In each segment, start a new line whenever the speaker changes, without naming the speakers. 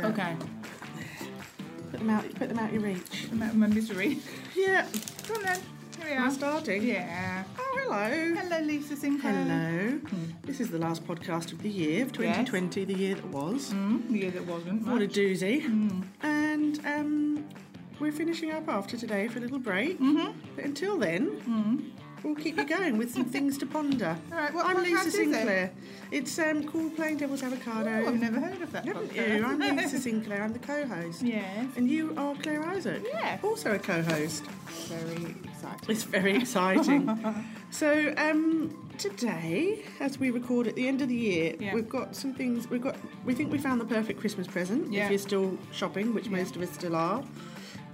Okay.
Put them out. Put them out your reach.
I'm out of my misery.
Yeah.
Come on then. Here we
I'm
are.
starting.
Yeah.
Oh, hello.
Hello, Lisa Sinclair.
Hello. This is the last podcast of the year of 2020, the year that was.
Mm, the year that wasn't.
What a
much. Mm.
doozy. And um, we're finishing up after today for a little break. Mm-hmm. But until then, we'll keep you going with some things to ponder.
All right, what
I'm
podcast
Lisa
is it?
Sinclair. It's um, called Plain Devil's
Oh,
Avocado.
I've never heard of that.
Haven't
podcast.
you? I'm Lisa Sinclair. I'm the co-host.
Yes.
And you are Claire Isaac.
Yeah.
Also a co-host.
Very exciting.
It's very exciting. so um, today, as we record at the end of the year,
Yeah.
we've got some things. We've got. We think we found the perfect Christmas present
Yeah.
if you're still shopping, which most of us still are.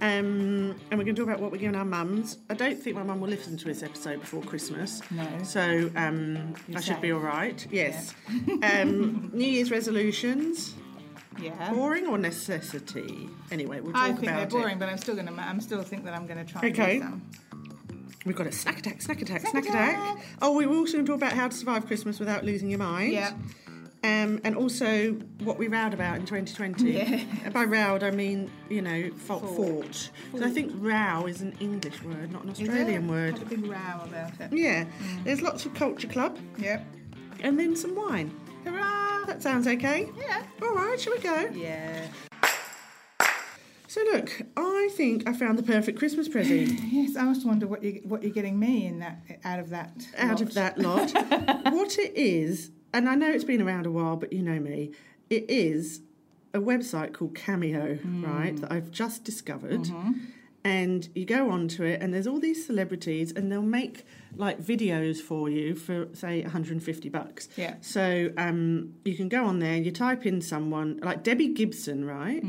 Um, and we're going to talk about what we're giving our mums. I don't think my mum will listen to this episode before Christmas.
No.
So um,
You're
I should be
safe.
all right. Yes. um, New Year's resolutions,
Yeah.
boring or necessity? Anyway, we'll talk
Um, I think
about
they're boring,
it.
but I'm still gonna. ma- I'm still think that I'm gonna try.
Okay.
And do some.
We've got a snack attack, snack attack, snack,
Snack
attack.
attack.
Oh, we were also going to talk about how to survive Christmas without losing your mind.
Yeah.
Um, and also what we rowed about in 2020.
Yeah.
And By rowed, I mean, you know, fought.
Fought.
fought. So I think row is an English word, not an
Is it? Mm.
Australian
Had a
word.
big row about it.
Yeah. There's lots of culture club
Yep.
and then some wine.
Hurrah!
That sounds okay.
Yeah.
All right, shall we go?
Yeah.
So, look, I think I found the perfect Christmas present.
Yes, I always wonder what you what you're getting me in that out of that
out
lot.
of that lot. what it is, and I know it's been around a while, but you know me, it is a website called Cameo, right, that I've just discovered. And you go onto it, and there's all these celebrities, and they'll make like videos for you for say 150 bucks.
Yeah.
So um, you can go on there, you type in someone like Debbie Gibson, right?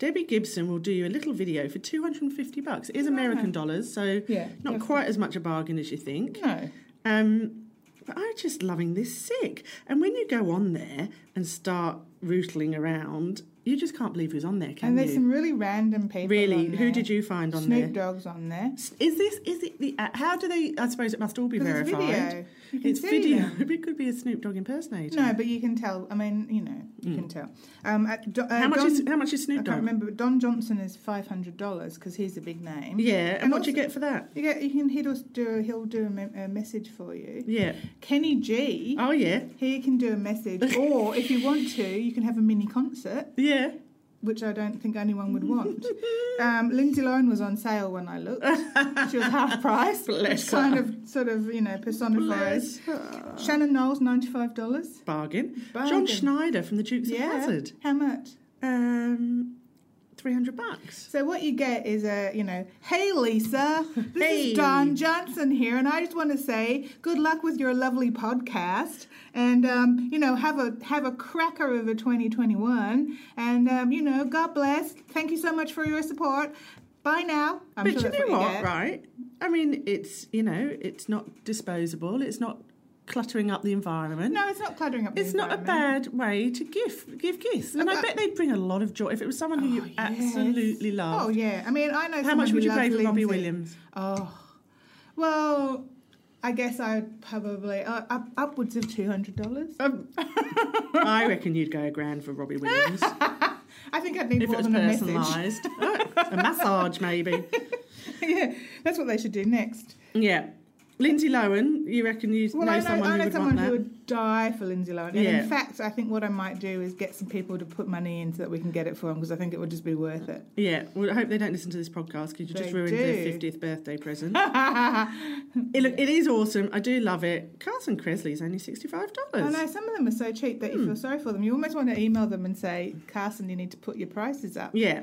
Debbie Gibson will do you a little video for 250 bucks. It is American dollars, so
Yeah,
not
that's
quite as much a bargain as you think.
No.
Um, but I'm just loving this sick. And when you go on there and start rootling around, you just can't believe who's on there, can
and there's
you?
some really random people.
really,
on
who
there.
did you find on
Snoop
there?
Dogg's on there.
S- Is this is it the uh, how do they? I suppose it must all be
But it's
verified.
video. You can
it's
see
video.
them.
It could be a Snoop Dogg impersonator.
No, but you can tell. I mean, you know, you can tell. Um, at Do- uh,
Hmm. how much
Don,
is how much is
I
Snoop
can't
Dogg?
remember. But Don Johnson is five hundred dollars because he's a big name.
Yeah, and,
And
what do you get for that?
You get. You can. He'll s- do. He'll do a, me- a message for you.
Yeah.
Kenny G.
Oh yeah.
He can do a message, or if you want to, you can have a mini concert,
Yeah.
which I don't think anyone would want. Um, Lindsay Lohan was on sale when I looked. She was half price.
Bless
which kind of, sort of, you know,
Bless
personifies.
her.
Shannon Knowles, ninety-five dollars.
Bargain. John
Bargain.
Schneider from the Dukes
Yeah.
of Hazard.
How much?
Um, three hundred bucks.
So what you get is a, you know, hey Lisa, this
Hey.
is Don Johnson here, and I just want to say good luck with your lovely podcast, and um, you know, have a have a cracker of a 2021, and um, you know, God bless. Thank you so much for your support. Bye now. I'm
but
sure
you
that's
know
what
what,
you get.
right? I mean, it's you know, it's not disposable. It's not cluttering up the environment.
No, it's not cluttering up. the
It's not a
environment.
bad way to give give gifts, and I
I-
bet they'd bring a lot of joy if it was someone who you
Oh, yes.
absolutely
Oh
love.
yeah, I mean, I know.
How much
someone
would
who
you pay
loves
for Robbie
Lindsay.
Williams?
Oh, well, I guess I would probably uh, up, upwards of two hundred dollars.
Um, I reckon you'd go a grand for Robbie Williams
I think I'd need
if it
more
was
than a message.
personalised. Oh, a massage, maybe.
yeah, that's what they should do next.
Yeah, Lindsay Lohan. You reckon you
Well,
know,
I know,
someone
I
who
know
would
someone
want
who
that?
would die for Lindsay Lohan. And
Yeah.
in fact, I think what I might do is get some people to put money in so that we can get it for them because I think it would just be worth it.
Yeah, well, I hope they don't listen to this podcast because you
They
just ruined
do.
their 50th birthday present. it, look, it is awesome. I do love it. Carson Cresley's only $65.
I know some of them are so cheap that
Hmm.
you feel sorry for them. You almost want to email them and say, Carson, you need to put your prices up.
Yeah.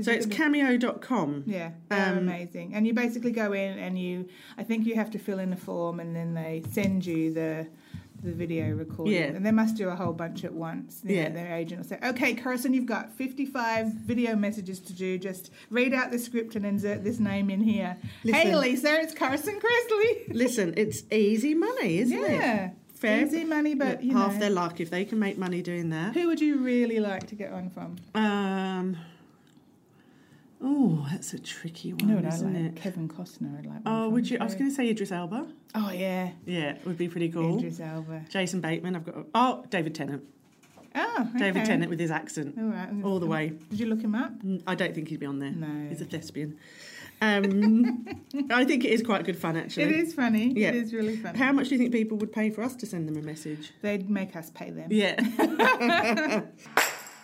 So
you
it's
could-
cameo.com.
Yeah, they're
Um,
amazing. And you basically go in and you, I think you have to fill in a form and then they send you the the video recording.
Yeah.
And they must do a whole bunch at once. You know,
Yeah.
their agent will say, okay, Carson, you've got 55 video messages to do. Just read out the script and insert this name in here. Hey,
Listen.
Lisa, it's Carson Cresley.
Listen, it's easy money, isn't it?
yeah.
Fair-
Easy money, but
Look,
you
half
know.
their luck if they can make money doing that.
Who would you really like to get on from?
Um, oh, that's a tricky one, isn't it?
Kevin Costner. I'd like. one
Oh,
from,
would you? I was
too.
going to say Idris Elba.
Oh yeah,
Yeah, would be pretty cool.
Idris Elba.
Jason Bateman. I've got. Oh, David Tennant.
Oh Oh,
David
okay.
Tennant with his accent
All right. I'm gonna-
all the way.
Did you look him up?
Mm, I don't think he'd be on there.
No.
He's a thespian. Um, I think it is quite good fun actually.
It is funny.
Yeah.
It is really funny.
How much do you think people would pay for us to send them a message?
They'd make us pay them.
Yeah.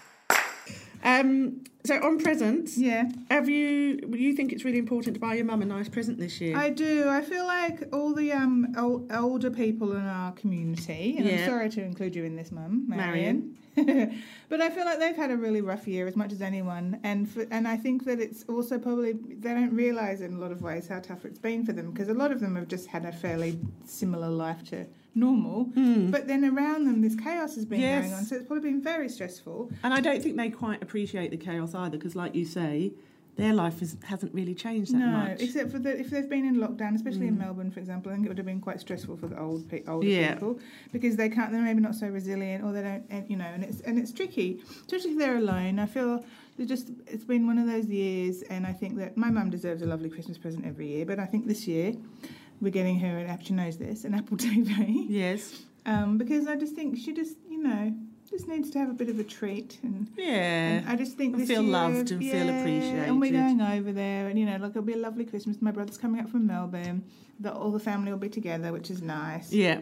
um, so on presents,
Yeah,
have you you think it's really important to buy your mum a nice present this year?
I do. I feel like all the um ol- older people in our community, and
Yeah.
I'm sorry to include you in this, Mum,
Marion.
Marion. but I feel like they've had a really rough year, as much as anyone, and for, and I think that it's also probably they don't realise in a lot of ways how tough it's been for them because a lot of them have just had a fairly similar life to normal,
Hmm.
but then around them this chaos has been
Yes.
going on, so it's probably been very stressful.
And I don't think they quite appreciate the chaos either, because, like you say, their life is, hasn't really changed that
no,
much. Mm.
except for that if they've been in lockdown, especially in Melbourne, for example, I think it would have been quite stressful for the old pe- older
Yeah.
people because they can't. They're maybe not so resilient, or they don't. And, you know, and it's and it's tricky, especially if they're alone. I feel they just it's been one of those years, and I think that my mum deserves a lovely Christmas present every year, but I think this year. We're getting her, and Apple knows this, an Apple TV,
Yes.
um, because I just think she just, you know, just needs to have a bit of a treat, and and
Yeah.
I just think
And
this
feel
year-
loved and feel
And we're
appreciated.
going over there, and you know, like it'll be a lovely Christmas. My brother's coming up from Melbourne. The, all the family will be together, which is nice.
Yeah.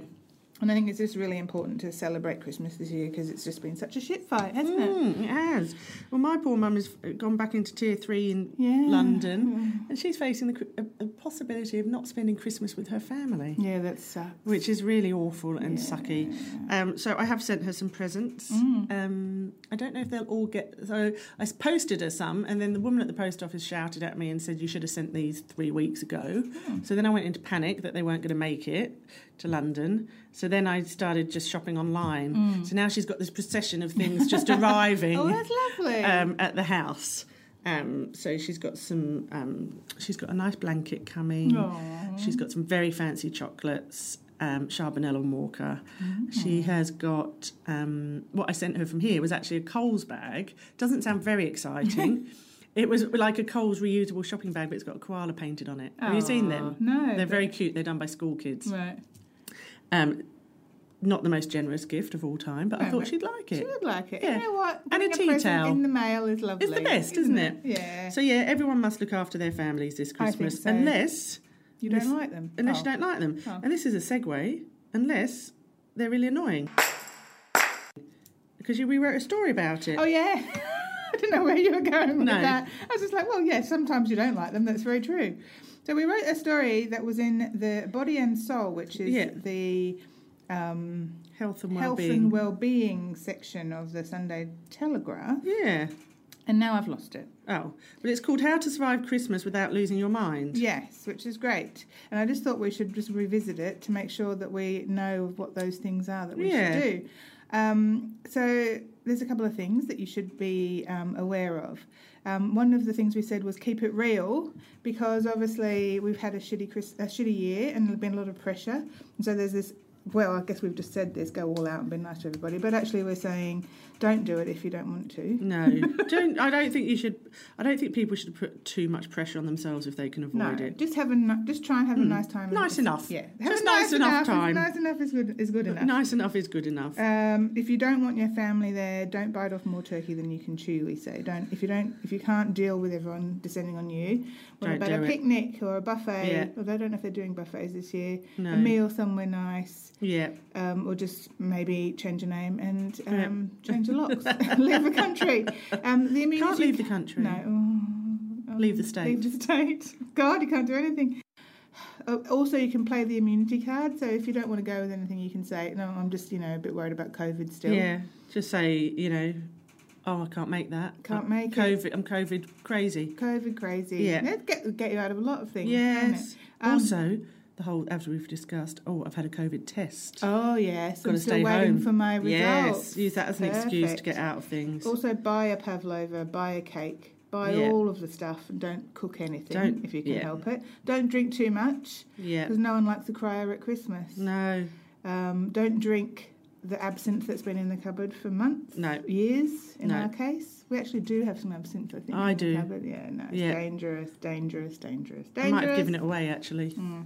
And I think it's just really important to celebrate Christmas this year because it's just been such a shit fight, hasn't it?
Mm, it has. Well, my poor mum has gone back into tier three, in,
Yeah.
London. and she's facing the, cri- a, a possibility of not spending Christmas with her family,
Yeah, that sucks.
which is really awful and
Yeah.
sucky. Um, so I have sent her some presents.
Mm.
Um, I don't know if they'll all get. So I s- posted her some, and then the woman at the post office shouted at me and said, "You should have sent these three weeks ago."
Mm.
So then I went into panic that they weren't going to make it to London. So then I started just shopping online. So now she's got this procession of things just arriving
Mm. Oh, that's lovely.
um, at the house. Um, so she's got some. Um, she's got a nice blanket coming.
Aw.
She's got some very fancy chocolates, um, Charbonnel and Walker. She has got um, what I sent her from here was actually a Coles bag. Doesn't sound very exciting. it was like a Coles reusable shopping bag, but it's got a koala painted on it. Have you seen them?
Mm-hmm. Aw, No.
They're
but-
very cute. They're done by school kids.
Right.
Um, not the most generous gift of all time, but I
No,
thought
but
she'd like
She
it.
would like it.
Yeah.
You know what?
And a
Getting
tea
present
towel.
in the mail is lovely.
best, isn't
Yeah.
So yeah, everyone must look after their families this
I think
Christmas,
so.
unless
you don't
this-
like them.
unless
Oh.
you don't like them.
Oh.
And this is a segue, unless they're really annoying. Because you rewrote a story about it.
Oh yeah. I didn't know where you were going with
No.
that. I was just like, well, yeah, sometimes you don't like them. That's very true. So we wrote a story that was in the Body and Soul, which is
Yeah.
the um,
Health and
health
well-being.
and well-being section of the Sunday Telegraph,
yeah.
and now I've lost it.
Oh, but it's called How to Survive Christmas Without Losing Your Mind.
Yes, which is great. And I just thought we should just revisit it to make sure that we know what those things are that we
Yeah.
should do. Um, so there's a couple of things that you should be um, aware of. Um, one of the things we said was keep it real because obviously we've had a shitty Chris, a shitty year and there's been a lot of pressure. And so there's this. Well, I guess we've just said this: go all out and be nice to everybody. But actually, we're saying don't do it if you don't want to.
No, don't. I don't think you should. I don't think people should put too much pressure on themselves if they can
No,
avoid it.
just have a ni- just try and have a
Mm.
nice time. and-
Nice enough.
Yeah, have
Just
a
nice enough time.
Nice enough is good. Is good enough.
Nice enough is good enough.
Um, if you don't want your family there, don't bite off more turkey than you can chew. We say don't. If you don't, if you can't deal with everyone descending on you, what
Don't
about
do
a
it.
picnic or a buffet?
Yeah.
Although I don't know if they're doing buffets this year.
no.
A meal somewhere nice,
Yeah.
um, or just maybe change your name and um, change your locks, leave the country. Um, the immunity
Can't leave the country.
no. Oh, oh,
Leave the state.
Leave the state. God, you can't do anything. Uh, Also, you can play the immunity card. So if you don't want to go with anything, you can say, "No, I'm just, you know, a bit worried about COVID still.
Yeah. Just say you know. Oh, I can't make that.
Can't make it.
COVID. I'm COVID crazy.
COVID crazy.
Yeah.
That'd get get you out of a lot of things. wouldn't
Yes.
it? Um,
also, the whole after we've discussed. Oh, I've had a COVID test.
Oh yes.
Gotta
I'm still
stay
waiting
home.
for my results.
Yes, use that as an excuse to
Perfect.
get out of things.
Also, buy a pavlova, buy a cake, buy
Yeah.
all of the stuff, and don't cook anything
Don't-
if you can
yeah.
help it. Don't drink too much
yeah.
because no one likes a crier at Christmas.
No,
Um, don't drink the absinthe that's been in the cupboard for months,
no.
years in
No.
our case. We actually do have some absinthe, I think.
I
in the
do.
Cupboard. Yeah, no, it's
Yeah.
dangerous, dangerous, dangerous, dangerous.
I might have given it away actually.
Mm.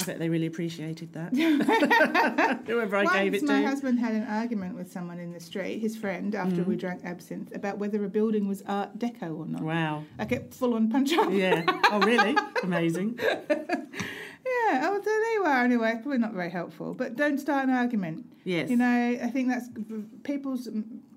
I bet they really appreciated that. Whoever I gave it
Once my
to.
husband had an argument with someone in the street, his friend, after
Mm-hmm.
we drank absinthe, about whether a building was Art Deco or not.
Wow.
I kept full on punch up.
Yeah. Oh, really? Amazing.
Yeah, oh, so there you are. Anyway, it's probably not very helpful, but don't start an argument.
Yes.
You know, I think that's people's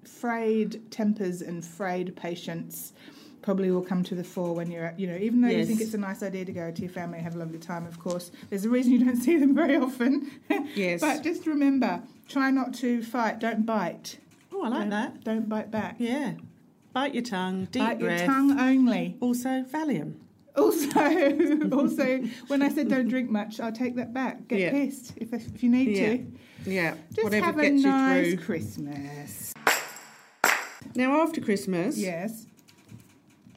frayed tempers and frayed patience probably will come to the fore when you're, you know, even though you
Yes.
think it's a nice idea to go to your family and have a lovely time, of course, there's a reason you don't see them very often.
Yes.
but just remember try not to fight, don't bite.
oh, I like
don't,
that.
Don't bite back.
Yeah. Bite your tongue, deep
bite
breath.
your tongue only.
Also, Valium.
Also, also, when I said don't drink much, I'll take that back. Get
Yeah.
pissed if, if you need to.
Yeah.
Just
Whatever
have a
gets
nice
you through.
Christmas.
Now, after Christmas,
Yes,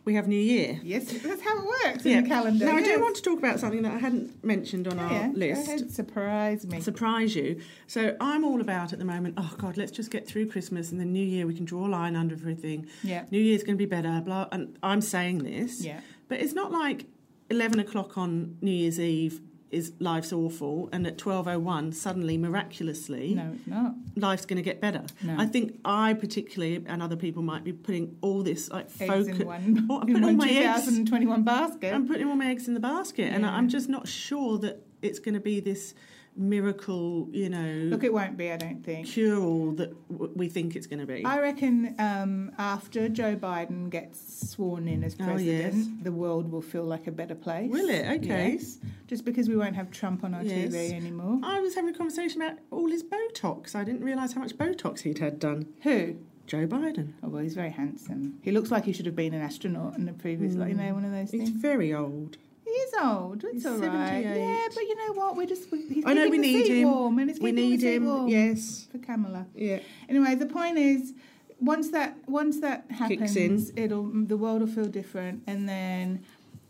we have New Year.
yes, that's how it works in the calendar.
Now, I
yes.
do want to talk about something that I hadn't mentioned on
Oh,
our
yeah.
list.
Go ahead, surprise me.
surprise you. So I'm all about at the moment, oh God, let's just get through Christmas and then New Year we can draw a line under everything.
Yeah,
New Year's going to be better, blah. And I'm saying this.
yeah,
But it's not like 11 o'clock on New Year's Eve is life's awful and at 12.01 suddenly, miraculously,
no, it's not.
life's going to get better.
No.
I think I particularly and other people might be putting all this like
Eggs
focus.
in one,
Oh, I'm
in
putting all
one
my eggs
2021 basket.
I'm putting all my eggs in the basket, and
Yeah.
I'm just not sure that it's going to be this miracle, you know,
Look, it won't be, I don't think.
cure all that w- we think it's going to be.
I reckon um, after Joe Biden gets sworn in as
Oh,
president, the world will feel like a better place.
Will it? Okay.
Yes. Just because we won't have Trump on our
Yes.
TV anymore.
I was having a conversation about all his Botox. I didn't realise how much Botox he'd had done.
Who?
Joe Biden.
Oh, well, he's very handsome. He looks like he should have been an astronaut in the previous, like, you know, one of those
He's
things.
very old.
He is old. It's
He's
all right.
78.
Yeah, but you know what? We're just. we- He's
I know
keeping
we
the
need
seat
him.
Warm and he's
we
keeping
need
the seat
him.
Warm
Yes.
For Kamala.
Yeah.
Anyway, the point is, once that once that happens,
Kicks in.
it'll the world will feel different, and then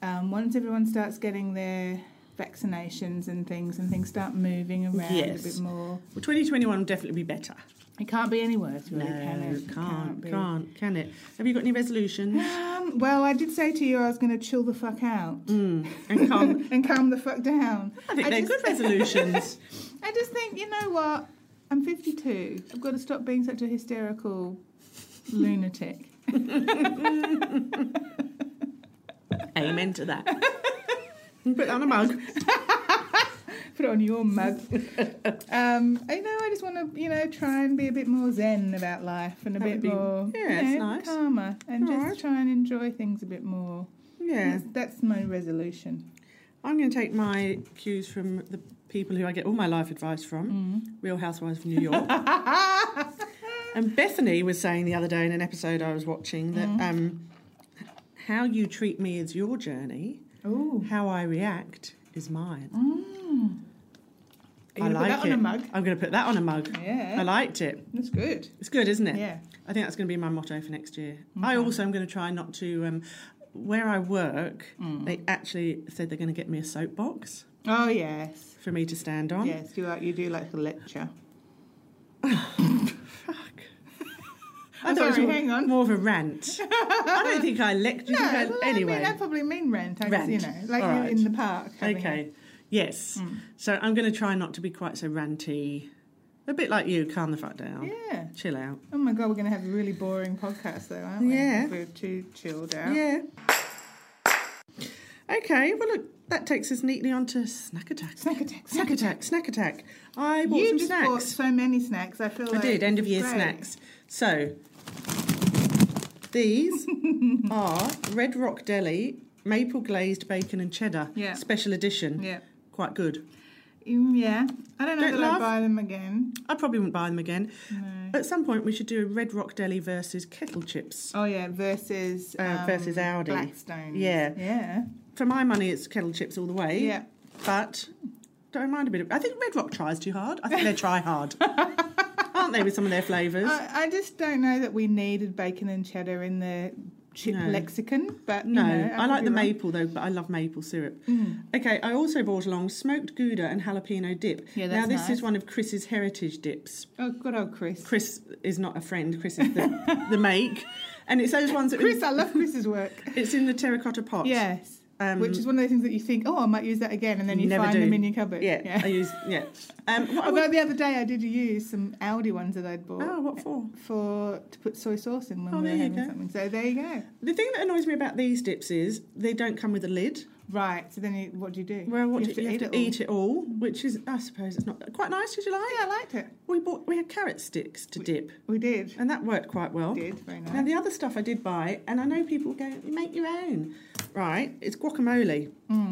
um, once everyone starts getting their vaccinations and things, and things start moving around
Yes.
a bit more,
Well, 2021 will definitely be better.
it can't be any worse, really, can it?
can't,
It
can't,
be.
can it? Have you got any resolutions?
Um, well, I did say to you I was going to chill the fuck out
Mm, and can't.
and calm the fuck down.
I think
I
they're
just-
good resolutions.
I just think, you know what? I'm 52. I've got to stop being such a hysterical lunatic.
Amen to that. Put that on a mug.
Put it on your mug. um, I know. I just want to, you know, try and be a bit more zen about life and a
That
bit
would be-
more,
yeah,
you
that's
know,
nice.
calmer, and just
Alright.
try and enjoy things a bit more.
Yeah.
That's, that's my resolution.
I'm going to take my cues from the people who I get all my life advice from Real Housewives of New York.
Mm.
and Bethany was saying the other day in an episode I was watching that
Mm.
um, how you treat me is your journey,
Oh,
how I react is mine.
Mm. Are you gonna put that on a mug?
I'm going to put that on a mug.
Yeah.
I liked it.
that's good.
It's good, isn't it?
Yeah.
I think that's going to be my motto for next year. I also am going to try not to. Um, where I work, they actually said they're going to get me a soapbox
Mm. Oh yes,
for me to stand on.
yes. You are, you do like a lecture.
Fuck.
I'm
thought it was
sorry,
more,
hang on.
More of a rant. I don't think I lectured.
No,
you think I-
well, I,
anyway.
mean, I probably mean rent. I
Rant.
you know, like
All
you're
right.
in the park. having
okay. Yes.
Hmm.
So I'm going to try not to be quite so ranty. A bit like you, calm the fuck
a-
down.
Yeah.
Chill out.
Oh my god, we're going to have a really boring podcast though, aren't we?
Yeah.
If we're too chilled out.
Yeah. Okay, well, look, that takes us neatly on to snack attack.
Snack attack.
Snack attack, snack attack. I bought
You
some
just
snacks.
bought so many snacks. I feel
I
like
did, end of year
great.
snacks. So, these are Red Rock Deli maple glazed bacon and cheddar
Yeah.
special edition.
Yeah.
Quite good.
Mm, yeah. I don't know
Don't
that I'll
laugh.
buy them again.
I probably wouldn't buy them again.
No.
At some point, we should do a Red Rock Deli versus kettle chips.
Oh yeah, versus
Uh,
um,
versus Aldi.
Blackstone.
Yeah.
Yeah.
For my money, it's kettle chips all the way.
Yeah.
but don't mind a bit of. I think Red Rock tries too hard. I think they try hard, aren't they, with some of their flavours?
I, I just don't know that we needed bacon and cheddar in the chip
No.
lexicon, but
no,
you know,
I,
could
like
be
the
wrong.
maple though, but I love maple syrup.
Mm.
Okay, I also brought along smoked gouda and jalapeno dip.
Yeah,
now
that's
this
nice.
is one of Chris's heritage dips.
Oh, good old Chris.
Chris is not a friend. Chris is the, the make, and it's those ones that
Chris, I love Chris's work.
it's in the terracotta pot.
yes.
Um,
Which is one of those things that you think, oh, I might use that again, and then you
Never
find
do.
them in your cupboard.
yeah, I use yeah. Um, what I
Although
would,
the other day I did use some Aldi ones that I'd bought
oh, what for?
for to put soy sauce in when
Oh,
we
there
were
you
having
go.
something. So there you go.
The thing that annoys me about these dips is they don't come with a lid.
Right. So then you, what do you do?
Well, what
you
do- you have to,
all.
eat, it all, which is, I suppose, it's not quite nice. Did you like?
Oh, Yeah, I liked it.
We bought we had carrot sticks to dip,
We did.
and that worked quite well.
We did very
Now
nice.
the other stuff I did buy, and I know people go, you make your own, right? It's guacamole,
Mm.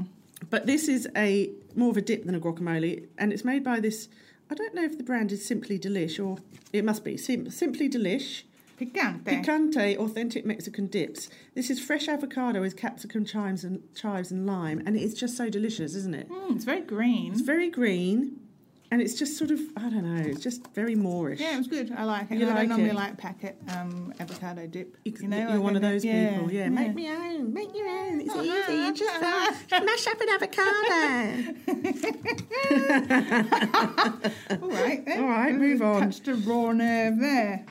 but this is a more of a dip than a guacamole, and it's made by this. I don't know if the brand is Simply Delish or it must be Sim- Simply Delish.
Picante.
Picante authentic Mexican dips. This is fresh avocado with capsicum, chives, and chives and lime, and it's just so delicious, isn't it?
Mm, it's very green.
It's very green, and it's just sort of I don't know. It's just very Moorish.
yeah, it was good. I like it.
You
I
like
don't normally
it?
like packet um, avocado dip.
Ex-
You know,
you're
I
one of
think
those
that- yeah,
people. Yeah,
yeah.
make me own, make your own. It's
Uh-uh,
easy. You just
uh-uh.
uh, mash up an avocado.
All right. then.
All right, move on.
Touched a raw nerve there.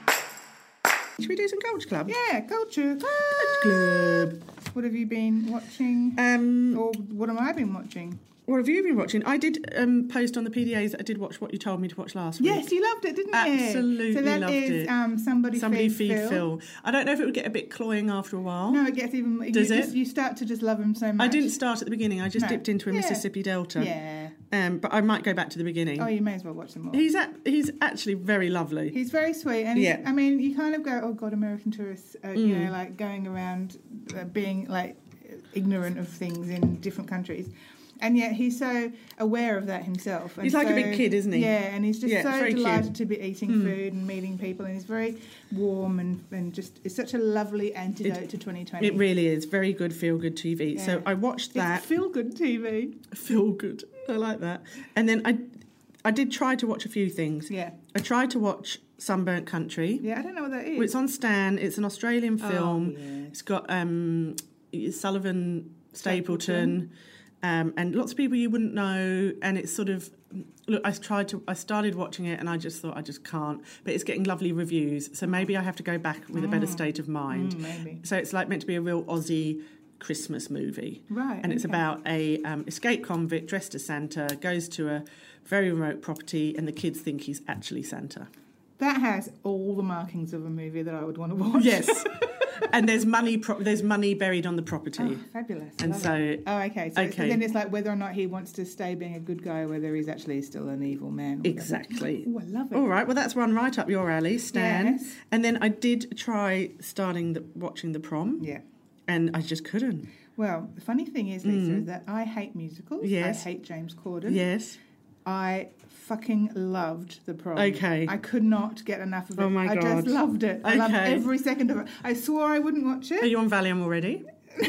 Should we do some Gulch Club?
Yeah, culture.
Club.
What have you been watching?
Um,
Or what have I been watching?
what have you been watching? I did um, post on the PDAs that I did watch what you told me to watch last week.
Yes, you loved it, didn't you?
Absolutely
So that
loved
is
it.
Um, somebody,
Somebody
feed, Phil.
I don't know if it would get a bit cloying after a while.
No, it gets even. You
Does
just,
it?
You start to just love him so much.
I didn't start at the beginning. I just
No.
dipped into a
Yeah.
Mississippi Delta.
Yeah.
Um, but I might go back to the beginning.
Oh, you may as well watch them all.
He's at, he's actually very lovely.
He's very sweet, and
Yeah.
I mean, you kind of go, "Oh God, American tourists, uh, you
Mm.
know, like going around uh, being like ignorant of things in different countries." And yet he's so aware of that himself. and
He's like a
so-
big kid, isn't he?
Yeah, and he's just
Yeah, it's
so
very cute.
delighted to be eating
Mm.
food and meeting people, and he's very warm and, and just it's such a lovely antidote to 2020.
It really is very good feel good TV. So
Yeah.
I watched that.
It's feel good TV.
feel good. I like that. And then I, I did try to watch a few things.
Yeah,
I tried to watch Sunburnt Country.
yeah. I don't know what that is.
Well, it's on Stan. It's an Australian
Oh,
film.
yeah.
It's got um, Sullivan Stapleton,
Stapleton.
um, and lots of people you wouldn't know. And it's sort of look. I tried to. I started watching it, and I just thought I just can't. But it's getting lovely reviews, so maybe I have to go back with a better state of mind.
Mm, maybe.
So it's like meant to be a real Aussie Christmas movie.
Right,
And it's
okay.
about a um, escaped convict dressed as Santa goes to a very remote property, and the kids think he's actually Santa.
That has all the markings of a movie that I would want to watch.
Yes. and there's money. Pro- there's money buried on the property,
Oh, fabulous. I
and
love
so
it. Oh, okay. So it's-
Okay.
then it's like whether or not he wants to stay being a good guy or whether he's actually still an evil man. or whatever.
exactly.
Oh, I love it.
All right. Well, that's one right up your alley, Stan.
Yes.
And then I did try starting the watching the prom,
Yeah.
and I just couldn't.
Well, the funny thing is, Lisa, is that I hate musicals.
Mm. Yes.
I hate James Corden.
Yes.
I fucking loved the prom.
Okay.
I could not get enough of it.
Oh, my
I
God.
just loved it. I loved
Okay.
every second of it. I swore I wouldn't watch
Are
it.
you on Valium already?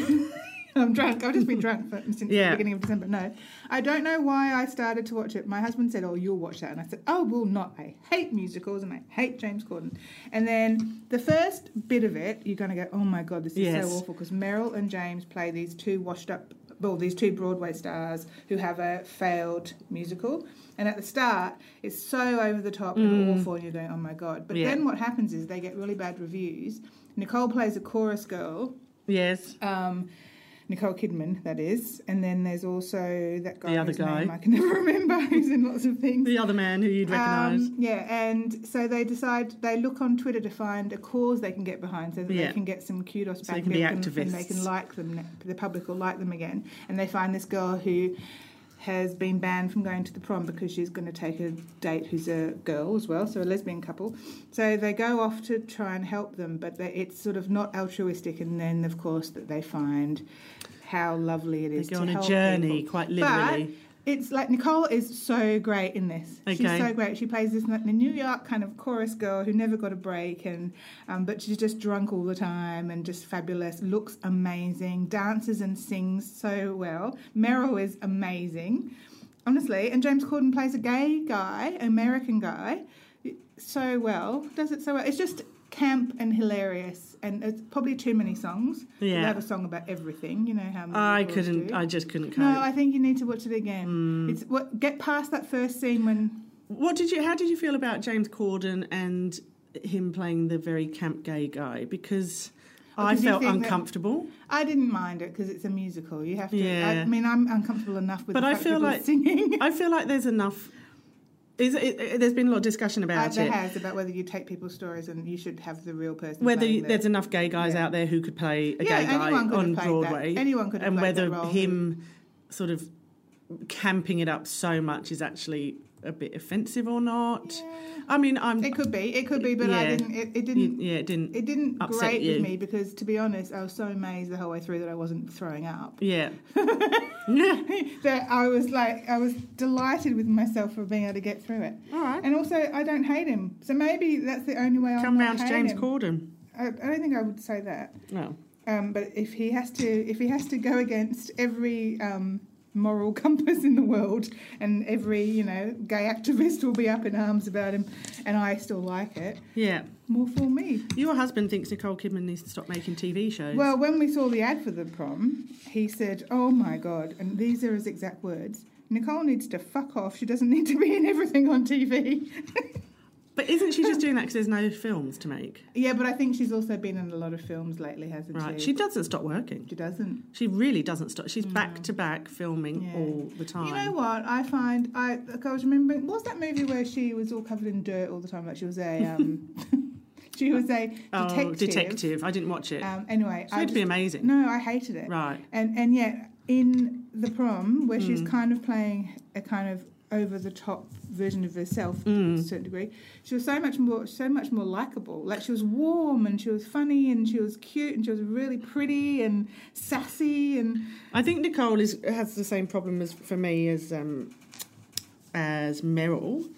I'm drunk. I've just been drunk for, since
Yeah.
the beginning of December. No, I don't know why I started to watch it. My husband said, "Oh, you'll watch that," and I said, "Oh, well, not. I hate musicals and I hate James Corden." And then the first bit of it, you're going to go, "Oh my god, this is
Yes.
so awful," because Meryl and James play these two washed-up, well, these two Broadway stars who have a failed musical. And at the start, it's so over the top and awful, and you're going, "Oh my god!" But
Mm. Yeah.
then what happens is they get really bad reviews. Nicole plays a chorus girl.
Yes.
Um, Nicole Kidman, that is, and then there's also that guy.
The other
whose
guy.
name I can never remember. Who's in lots of things.
The other man who you'd recognise.
Um, yeah, and so they decide they look on Twitter to find a cause they can get behind, so that
Yeah.
they can get some kudos
So they
back
can be
and, and they
activists.
can like them. ne- The public will like them again, and they find this girl who has been banned from going to the prom because she's going to take a date who's a girl as well, so a lesbian couple. So they go off to try and help them, but they, it's sort of not altruistic. And then, of course, that they find how lovely it
they
is.
go
to
on a
help
journey,
people.
quite literally.
It's like Nicole is so great in this. She's
Okay.
so great. She plays this like, New York kind of chorus girl who never got a break, and um, but she's just drunk all the time and just fabulous. Looks amazing, dances and sings so well. Meryl is amazing, honestly. And James Corden plays a gay guy, American guy, so well. Does it so well. It's just camp and hilarious, and it's probably too many songs.
Yeah.
they have a song about everything. You know how
I
musicals
couldn't.
do.
I just couldn't cope.
No, I think you need to watch it again.
Mm.
It's what get past that first scene when
What did you? How did you feel about James Corden and him playing the very camp gay guy? Because
Or
I
did you
felt
think that-
uncomfortable.
I didn't mind it because it's a musical. You have to. I
Yeah.
mean, I'm uncomfortable enough with.
But
the
I
fact
feel
people
like-
singing.
I feel like there's enough. Is it, it, there's been a lot of discussion
Uh,
about
there
it.
has about whether you take people's stories and you should have the real person.
Whether
playing
you,
the-
there's enough gay guys
Yeah.
out there who could play a
yeah,
gay guy
anyone could
on
have played
Broadway,
That. Anyone could have
and
played
whether
that role.
him sort of camping it up so much is actually a bit offensive or not.
Yeah.
I mean, I'm.
It could be. It could be, but I
Yeah.
didn't. It, it
you-
didn't.
yeah, it didn't.
It didn't
upset
grate
you.
with me because, to be honest, I was so amazed the whole way through that I wasn't throwing up.
yeah. yeah.
that I was like, I was delighted with myself for being able to get through it.
All right.
And also, I don't hate him, so maybe that's the only way.
Come
I'm
round
not
to
hate
James
him.
Corden.
I, I don't think I would say that.
No.
Um, but if he has to, if he has to go against every um, moral compass in the world, and every you know gay activist will be up in arms about him, and I still like it,
Yeah.
more for me.
Your husband thinks Nicole Kidman needs to stop making TV shows.
Well, when we saw the ad for the prom, he said, "Oh my god!" And these are his exact words. Nicole needs to fuck off. She doesn't need to be in everything on TV.
but isn't she just doing that because there's no films to make?
yeah, but I think she's also been in a lot of films lately, hasn't
Right.
she?
She doesn't stop working.
She doesn't.
She really doesn't stop. She's back to back filming
Yeah.
all the time.
You know what? I find I, like, I was remembering. What was that movie where she was all covered in dirt all the time? Like she was a um, she was a detective.
Oh, detective. Uh, I didn't watch it.
Um, anyway,
so
I
it'd be
just-
amazing.
no, I hated it.
Right.
And and yet in the prom where she's
Mm.
kind of playing a kind of over the top version of herself to a
Mm.
certain degree, she was so much more so much more likable. Like she was warm and she was funny and she was cute and she was really pretty and sassy and
I think Nicole is, has the same problem as for me as um, as Meryl,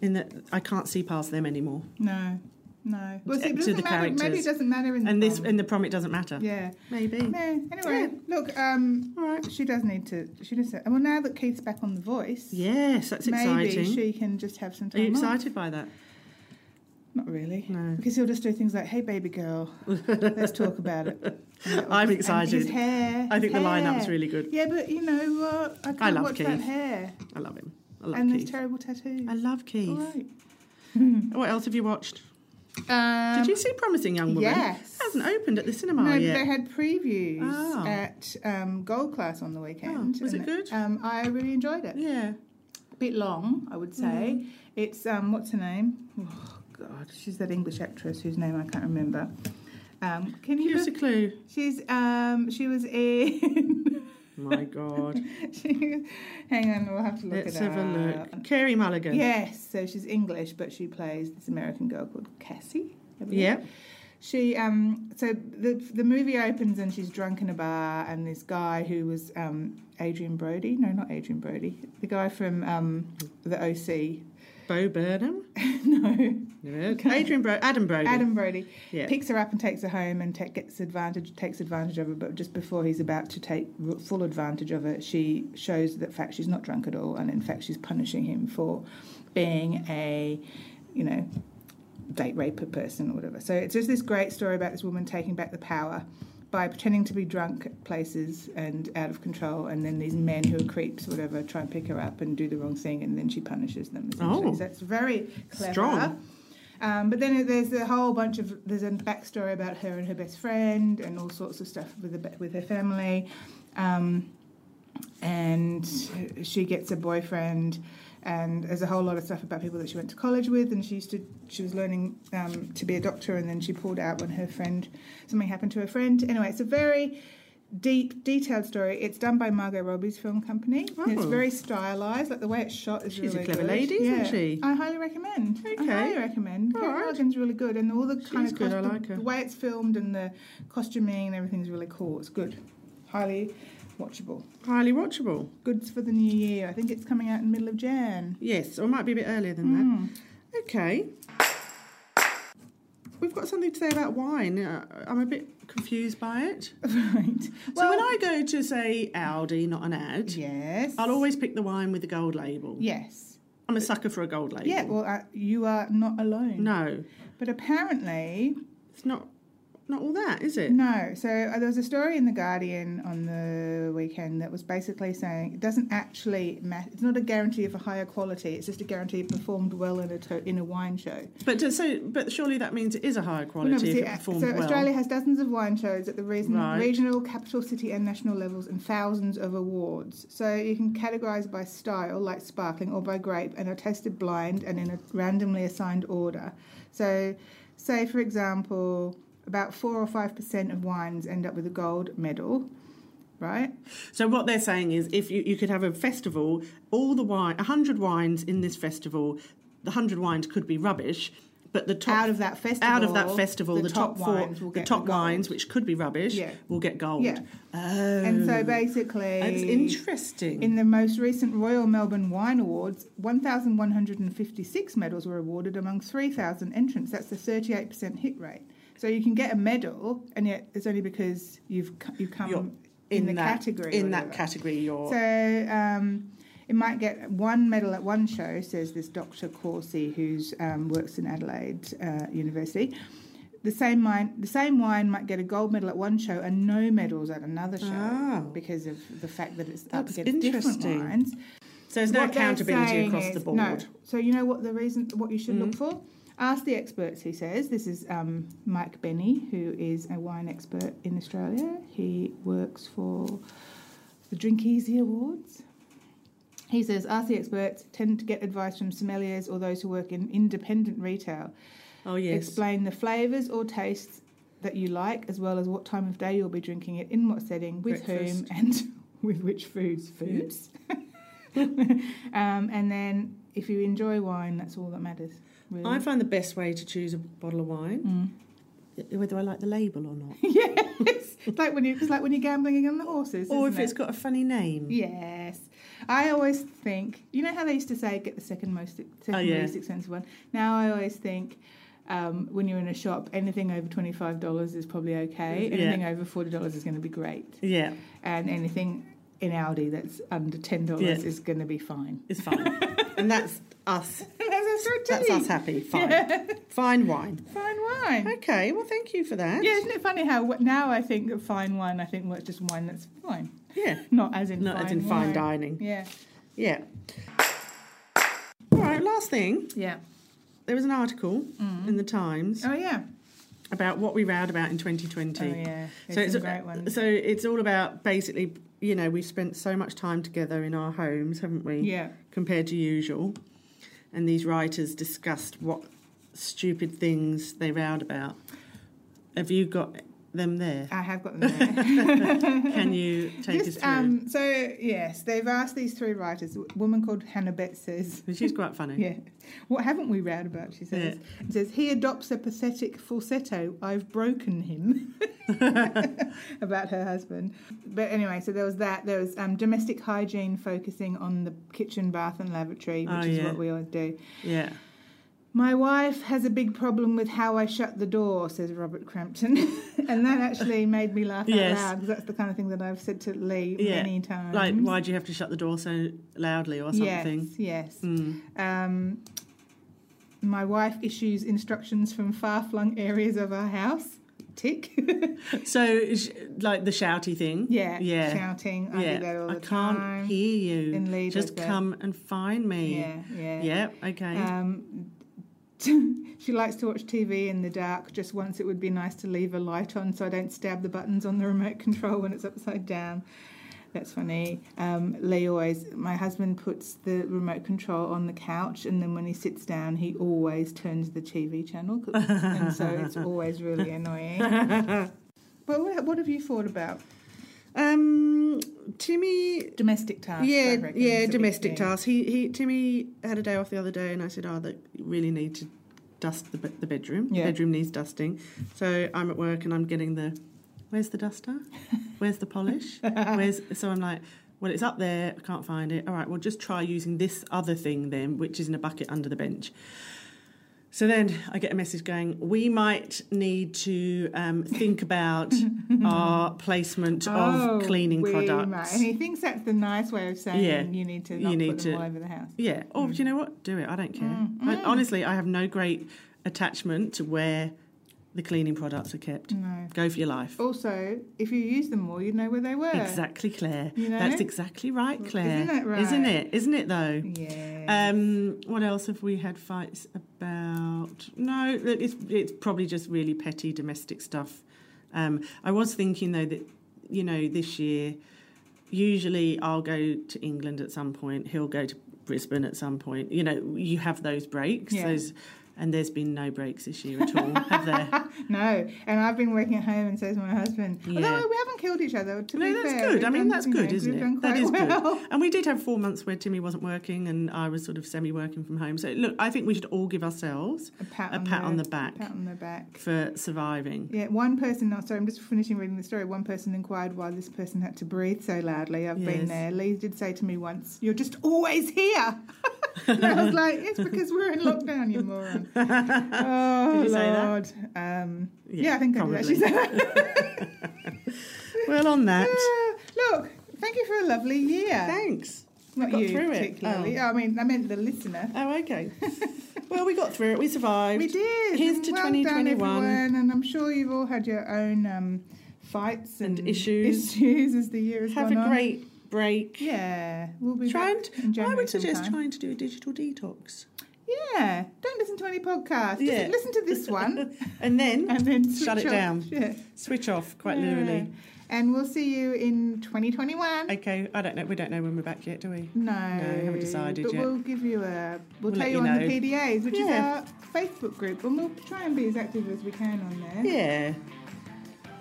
in that I can't see past them anymore.
no. No. Well, see, it
To
doesn't
the
matter. Maybe it
characters.
doesn't matter in the
And this
prom.
in the prom, it doesn't matter.
yeah.
Maybe.
Yeah. Anyway, look. Um,
All right.
she does need to. She does. Well, now that Keith's back on the voice,
Yes, that's
maybe
exciting.
she can just have some
Are
time.
you
off.
excited by that?
Not really.
No.
Because he'll just do things like, "Hey, baby girl, let's talk about it." And that'll
I'm
just- and
excited.
His hair.
I
his
think the lineup's
hair.
really good.
Yeah, but you know, uh, I can't
love
watch that
Keith.
hair
I love him. I love
and
Keith.
those terrible tattoos.
I love Keith.
All right.
What else have you watched?
Um,
Did you see Promising Young Woman?
Yes.
It hasn't opened at the cinema
No,
yet.
they had previews
Oh.
at um, Gold Class on the weekend.
was
and
it Uh, good?
Um, I really enjoyed it.
Yeah. Mm-hmm.
A bit long, I would say. It's um, what's her name? Oh God, she's that English actress whose name I can't remember. Um, can you?
Give us a clue.
She's um, she was in.
My God.
she, hang on, we'll have to look
Let's
it up.
have a look. Kerry Mulligan.
Yes, so she's English, but she plays this American girl called Cassie. I believe.
Yeah.
She um so the the movie opens and she's drunk in a bar and this guy who was um Adrian Brody no not Adrian Brody the guy from um the OC
Bo Burnham.
no
Yeah. Adrian Bro. Adam Brody.
Adam Brody
Yeah.
picks her up and takes her home and ta gets advantage takes advantage of her but just before he's about to take r- full advantage of her she shows that fact she's not drunk at all and in fact she's punishing him for being a you know date raper person or whatever so it's just this great story about this woman taking back the power by pretending to be drunk at places and out of control and then these men who are creeps or whatever try and pick her up and do the wrong thing and then she punishes them essentially.
Oh.
so it's very clever
Strong.
um, but then there's a whole bunch of there's a backstory about her and her best friend and all sorts of stuff with the, with her family, um, and she gets a boyfriend, and there's a whole lot of stuff about people that she went to college with, and she used to she was learning um, to be a doctor, and then she pulled out when her friend something happened to her friend. Anyway, it's a very deep, detailed story. It's done by Margot Robbie's film company. and It's
Oh.
very stylized, like the way it's shot is
She's a
really
clever
good.
lady, isn't she?
I highly recommend. I
Okay.
highly recommend.
All
Kerry
right.
Mulligan's really good, and all the kind
She's
of
good, I
costu-
like her.
the way it's filmed and the costuming and everything's really cool. It's good, highly watchable.
Highly watchable.
Goods for the new year. I think it's coming out in the middle of Jan.
Yes, or it might be a bit earlier than
Mm.
that. Okay. We've got something to say about wine. Uh, I'm a bit confused by it.
right.
so when I go to say Aldi, not an ad,
yes,
I'll always pick the wine with the gold label.
yes,
I'm a sucker for a gold label.
yeah. Well, uh, you are not alone.
No,
But apparently,
it's not. not all that, is it?
No. So uh, there was a story in The Guardian on the weekend that was basically saying it doesn't actually matter. It's not a guarantee of a higher quality. It's just a guarantee it performed well in a, to- in a wine show.
But does- so, but surely that means it is a higher
Well,
quality
no,
if
see,
it
uh,
performed
so
well.
Australia has dozens of wine shows at the reason,
Right.
regional, capital city, and national levels, and thousands of awards. So you can categorise by style, like sparkling, or by grape, and are tested blind and in a randomly assigned order. So, say for example, about four or five percent of wines end up with a gold medal, right?
So what they're saying is, if you, you could have a festival, all the wine, hundred wines in this festival, the hundred wines could be rubbish, but the top
out of that festival,
out of that festival, the, top, four,
wines will
the
get
top
gold.
wines, which could be rubbish,
Yeah.
will get gold.
Yeah.
Oh,
And so basically,
that's interesting.
In the most recent Royal Melbourne Wine Awards, 1,156 medals were awarded among 3,000 entrants. That's the 38% hit rate. So you can get a medal, and yet it's only because you've c- you come
You're
in, the
that,
category. or
in that
whatever.
category, you're
So um, it might get one medal at one show, says this Dr. Corsi, who um, works in Adelaide uh, University. The same wine, the same wine might get a gold medal at one show and no medals at another show
Oh.
because of the fact that it's up
That's
against different
interesting.
wines.
so there's no
What they're
accountability
saying
across
is-
the board. Mm.
No. So you know what the reason, what you should look for. Ask the experts. He says this is um, Mike Benny, who is a wine expert in Australia. He works for the Drink Easy Awards. He says ask the experts. Tend to get advice from sommeliers or those who work in independent retail.
Oh yes,
Explain the flavours or tastes that you like, as well as what time of day you'll be drinking it, in what setting, with whom,
Breakfast.
and with which foods. Foods. um, and then, if you enjoy wine, that's all that matters. Really.
I find the best way to choose a bottle of wine,
Mm.
whether I like the label or not,
yes, it's like when you, it's like when you're gambling on the horses,
or if
isn't
it's
it?
got a funny name.
Yes, I always think. You know how they used to say, "Get the second most, second
Oh, yeah.
least expensive one." Now I always think. Um, when you're in a shop, anything over twenty-five dollars is probably okay.
Yeah.
Anything over forty dollars is going to be great,
Yeah,
and anything in Aldi that's under ten dollars
Yeah.
is going to be fine.
it's fine, and that's us.
that's us,
That's us happy. Fine, fine wine.
Fine wine.
Okay, well, thank you for that.
Yeah, isn't it funny how wh- now I think of fine wine, I think well, it's just wine that's fine,
Yeah.
not as in
Not
fine
as in fine
wine.
dining.
Yeah,
Yeah. All right, last thing.
yeah.
There was an article in the Times
Oh yeah.
about what we rowed about in 2020.
Oh yeah. There's
So it's,
some great ones.
so it's all about basically, you know, we've spent so much time together in our homes, haven't we?
Yeah.
Compared to usual. And these writers discussed what stupid things they rowed about. Have you got them there?
I have got them there.
Can you take us
Just,
through?
um, so yes, they've asked these three writers. A woman called Hannah Betts says,
She's quite funny.
"Yeah, what haven't we read about?" She says. It says he adopts a pathetic falsetto. I've broken him about her husband. But anyway, so there was that. There was um, domestic hygiene focusing on the kitchen, bath, and lavatory, which
Oh,
is
yeah.
what we always do.
Yeah.
My wife has a big problem with how I shut the door, says Robert Crampton. and that actually made me laugh out
Yes.
loud because that's the kind of thing that I've said to Lee
Yeah.
many times.
Like, why do you have to shut the door so loudly or something?
Yes, yes.
Mm.
Um, my wife issues instructions from far flung areas of our house. Tick.
So, sh- like the shouty thing.
yeah.
Yeah.
Shouting. I do that all
I
the
can't
time.
hear you.
And Lee
Just
does that.
come and find me.
Yeah. Yeah.
Yeah, okay.
Um, she likes to watch TV in the dark. Just once, it would be nice to leave a light on so I don't stab the buttons on the remote control when it's upside down. That's funny. Um, Lee always, my husband puts the remote control on the couch, and then when he sits down, he always turns the TV channel, 'cause- and so it's always really annoying. But what, what have you thought about
um, Timmy.
domestic tasks? I
Yeah,
reckon, is
yeah,
a big
domestic
thing.
tasks. He, he, Timmy had a day off the other day, and I said, "Oh, that you really need to dust the, be- the bedroom.
Yeah.
The bedroom needs dusting." So I'm at work, and I'm getting the, "Where's the duster? Where's the polish? Where's?" So I'm like, "Well, it's up there. I can't find it. All right, well, just try using this other thing then, which is in a bucket under the bench." So then I get a message going, we might need to um, think about our placement
Oh,
of cleaning
we
products.
might. And he thinks that's the nice way of saying
Yeah.
you need to
You
not
need
put them
to-
all over the house.
Yeah. Or
Mm.
do you know what? Do it. I don't care. I, honestly, I have no great attachment to where the cleaning products are kept.
No.
Go for your
Oh,
life.
Also, if you use them more, you'd know where they were.
Exactly, Claire.
You know?
That's exactly right, Claire.
Isn't it right?
Isn't it? Isn't it though?
Yeah.
Um, what else have we had fights about? No, look, it's it's probably just really petty domestic stuff. Um, I was thinking though that you know this year, usually I'll go to England at some point. He'll go to Brisbane at some point. You know, you have those breaks.
Yeah.
Those, and there's been no breaks this year at all, Um, have there?
no, and I've been working at home, and so has my husband.
Yeah.
Although we haven't killed each other. To be
No, that's
fair.
good.
We've
I mean,
done,
that's
you know,
good, isn't
we've
it?
done
That
quite
is
well.
good. And we did have four months where Timmy wasn't working and I was sort of semi working from home. So, look, I think we should all give ourselves
A pat,
a
on,
pat
the,
on the back
Pat on the back.
for surviving.
Yeah, one person. Oh, sorry, I'm just finishing reading the story. One person inquired why this person had to breathe so loudly. I've
Yes.
been there. Lee did say to me once, "You're just always here." and I was like, "It's because we're in lockdown, you moron." Oh
Did you say that?
Lord. Um, yeah, I think I did actually say that.
well, on that,
Look, thank you for a lovely year.
thanks.
Not
got
you
through it.
particularly. I mean, I meant the listener.
Oh, okay. well, we got through it. We survived.
We did.
Here's
and
to
well
2021.
Done everyone, and I'm sure you've all had your own um, fights
And
and,
issues.
issues as the year has
Have a
gone on.
great break.
Yeah, we'll be
Try
back
and-
in
I
January
would suggest
sometime.
trying to do a digital detox.
Yeah, don't listen to any podcast.
Yeah.
Just listen to this one
and then
and then
Shut
switch
it
off.
down.
Yeah.
switch off quite
Yeah.
literally.
And we'll see you in 2021.
Okay, I don't know. We don't know when we're back yet, do we?
No,
haven't decided
but
yet.
we'll give you a.
We'll
We'll, tell
let
you,
you
on
know.
the PDAs, which
Yeah.
is our Facebook group, and we'll try and be as active as we can on there.
Yeah.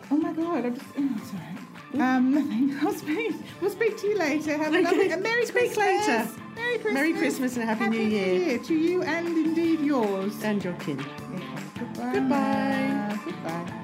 Oh my god, I'm just. Oh, sorry. Um, nothing. I'll speak. We'll speak to you later. Have a lovely.
Okay.
A Merry
Speak
Christmas.
later.
Merry Christmas.
Merry Christmas and a Happy New Year.
to you and indeed yours.
And your kin.
Yeah, Goodbye.
Goodbye.
now. Goodbye.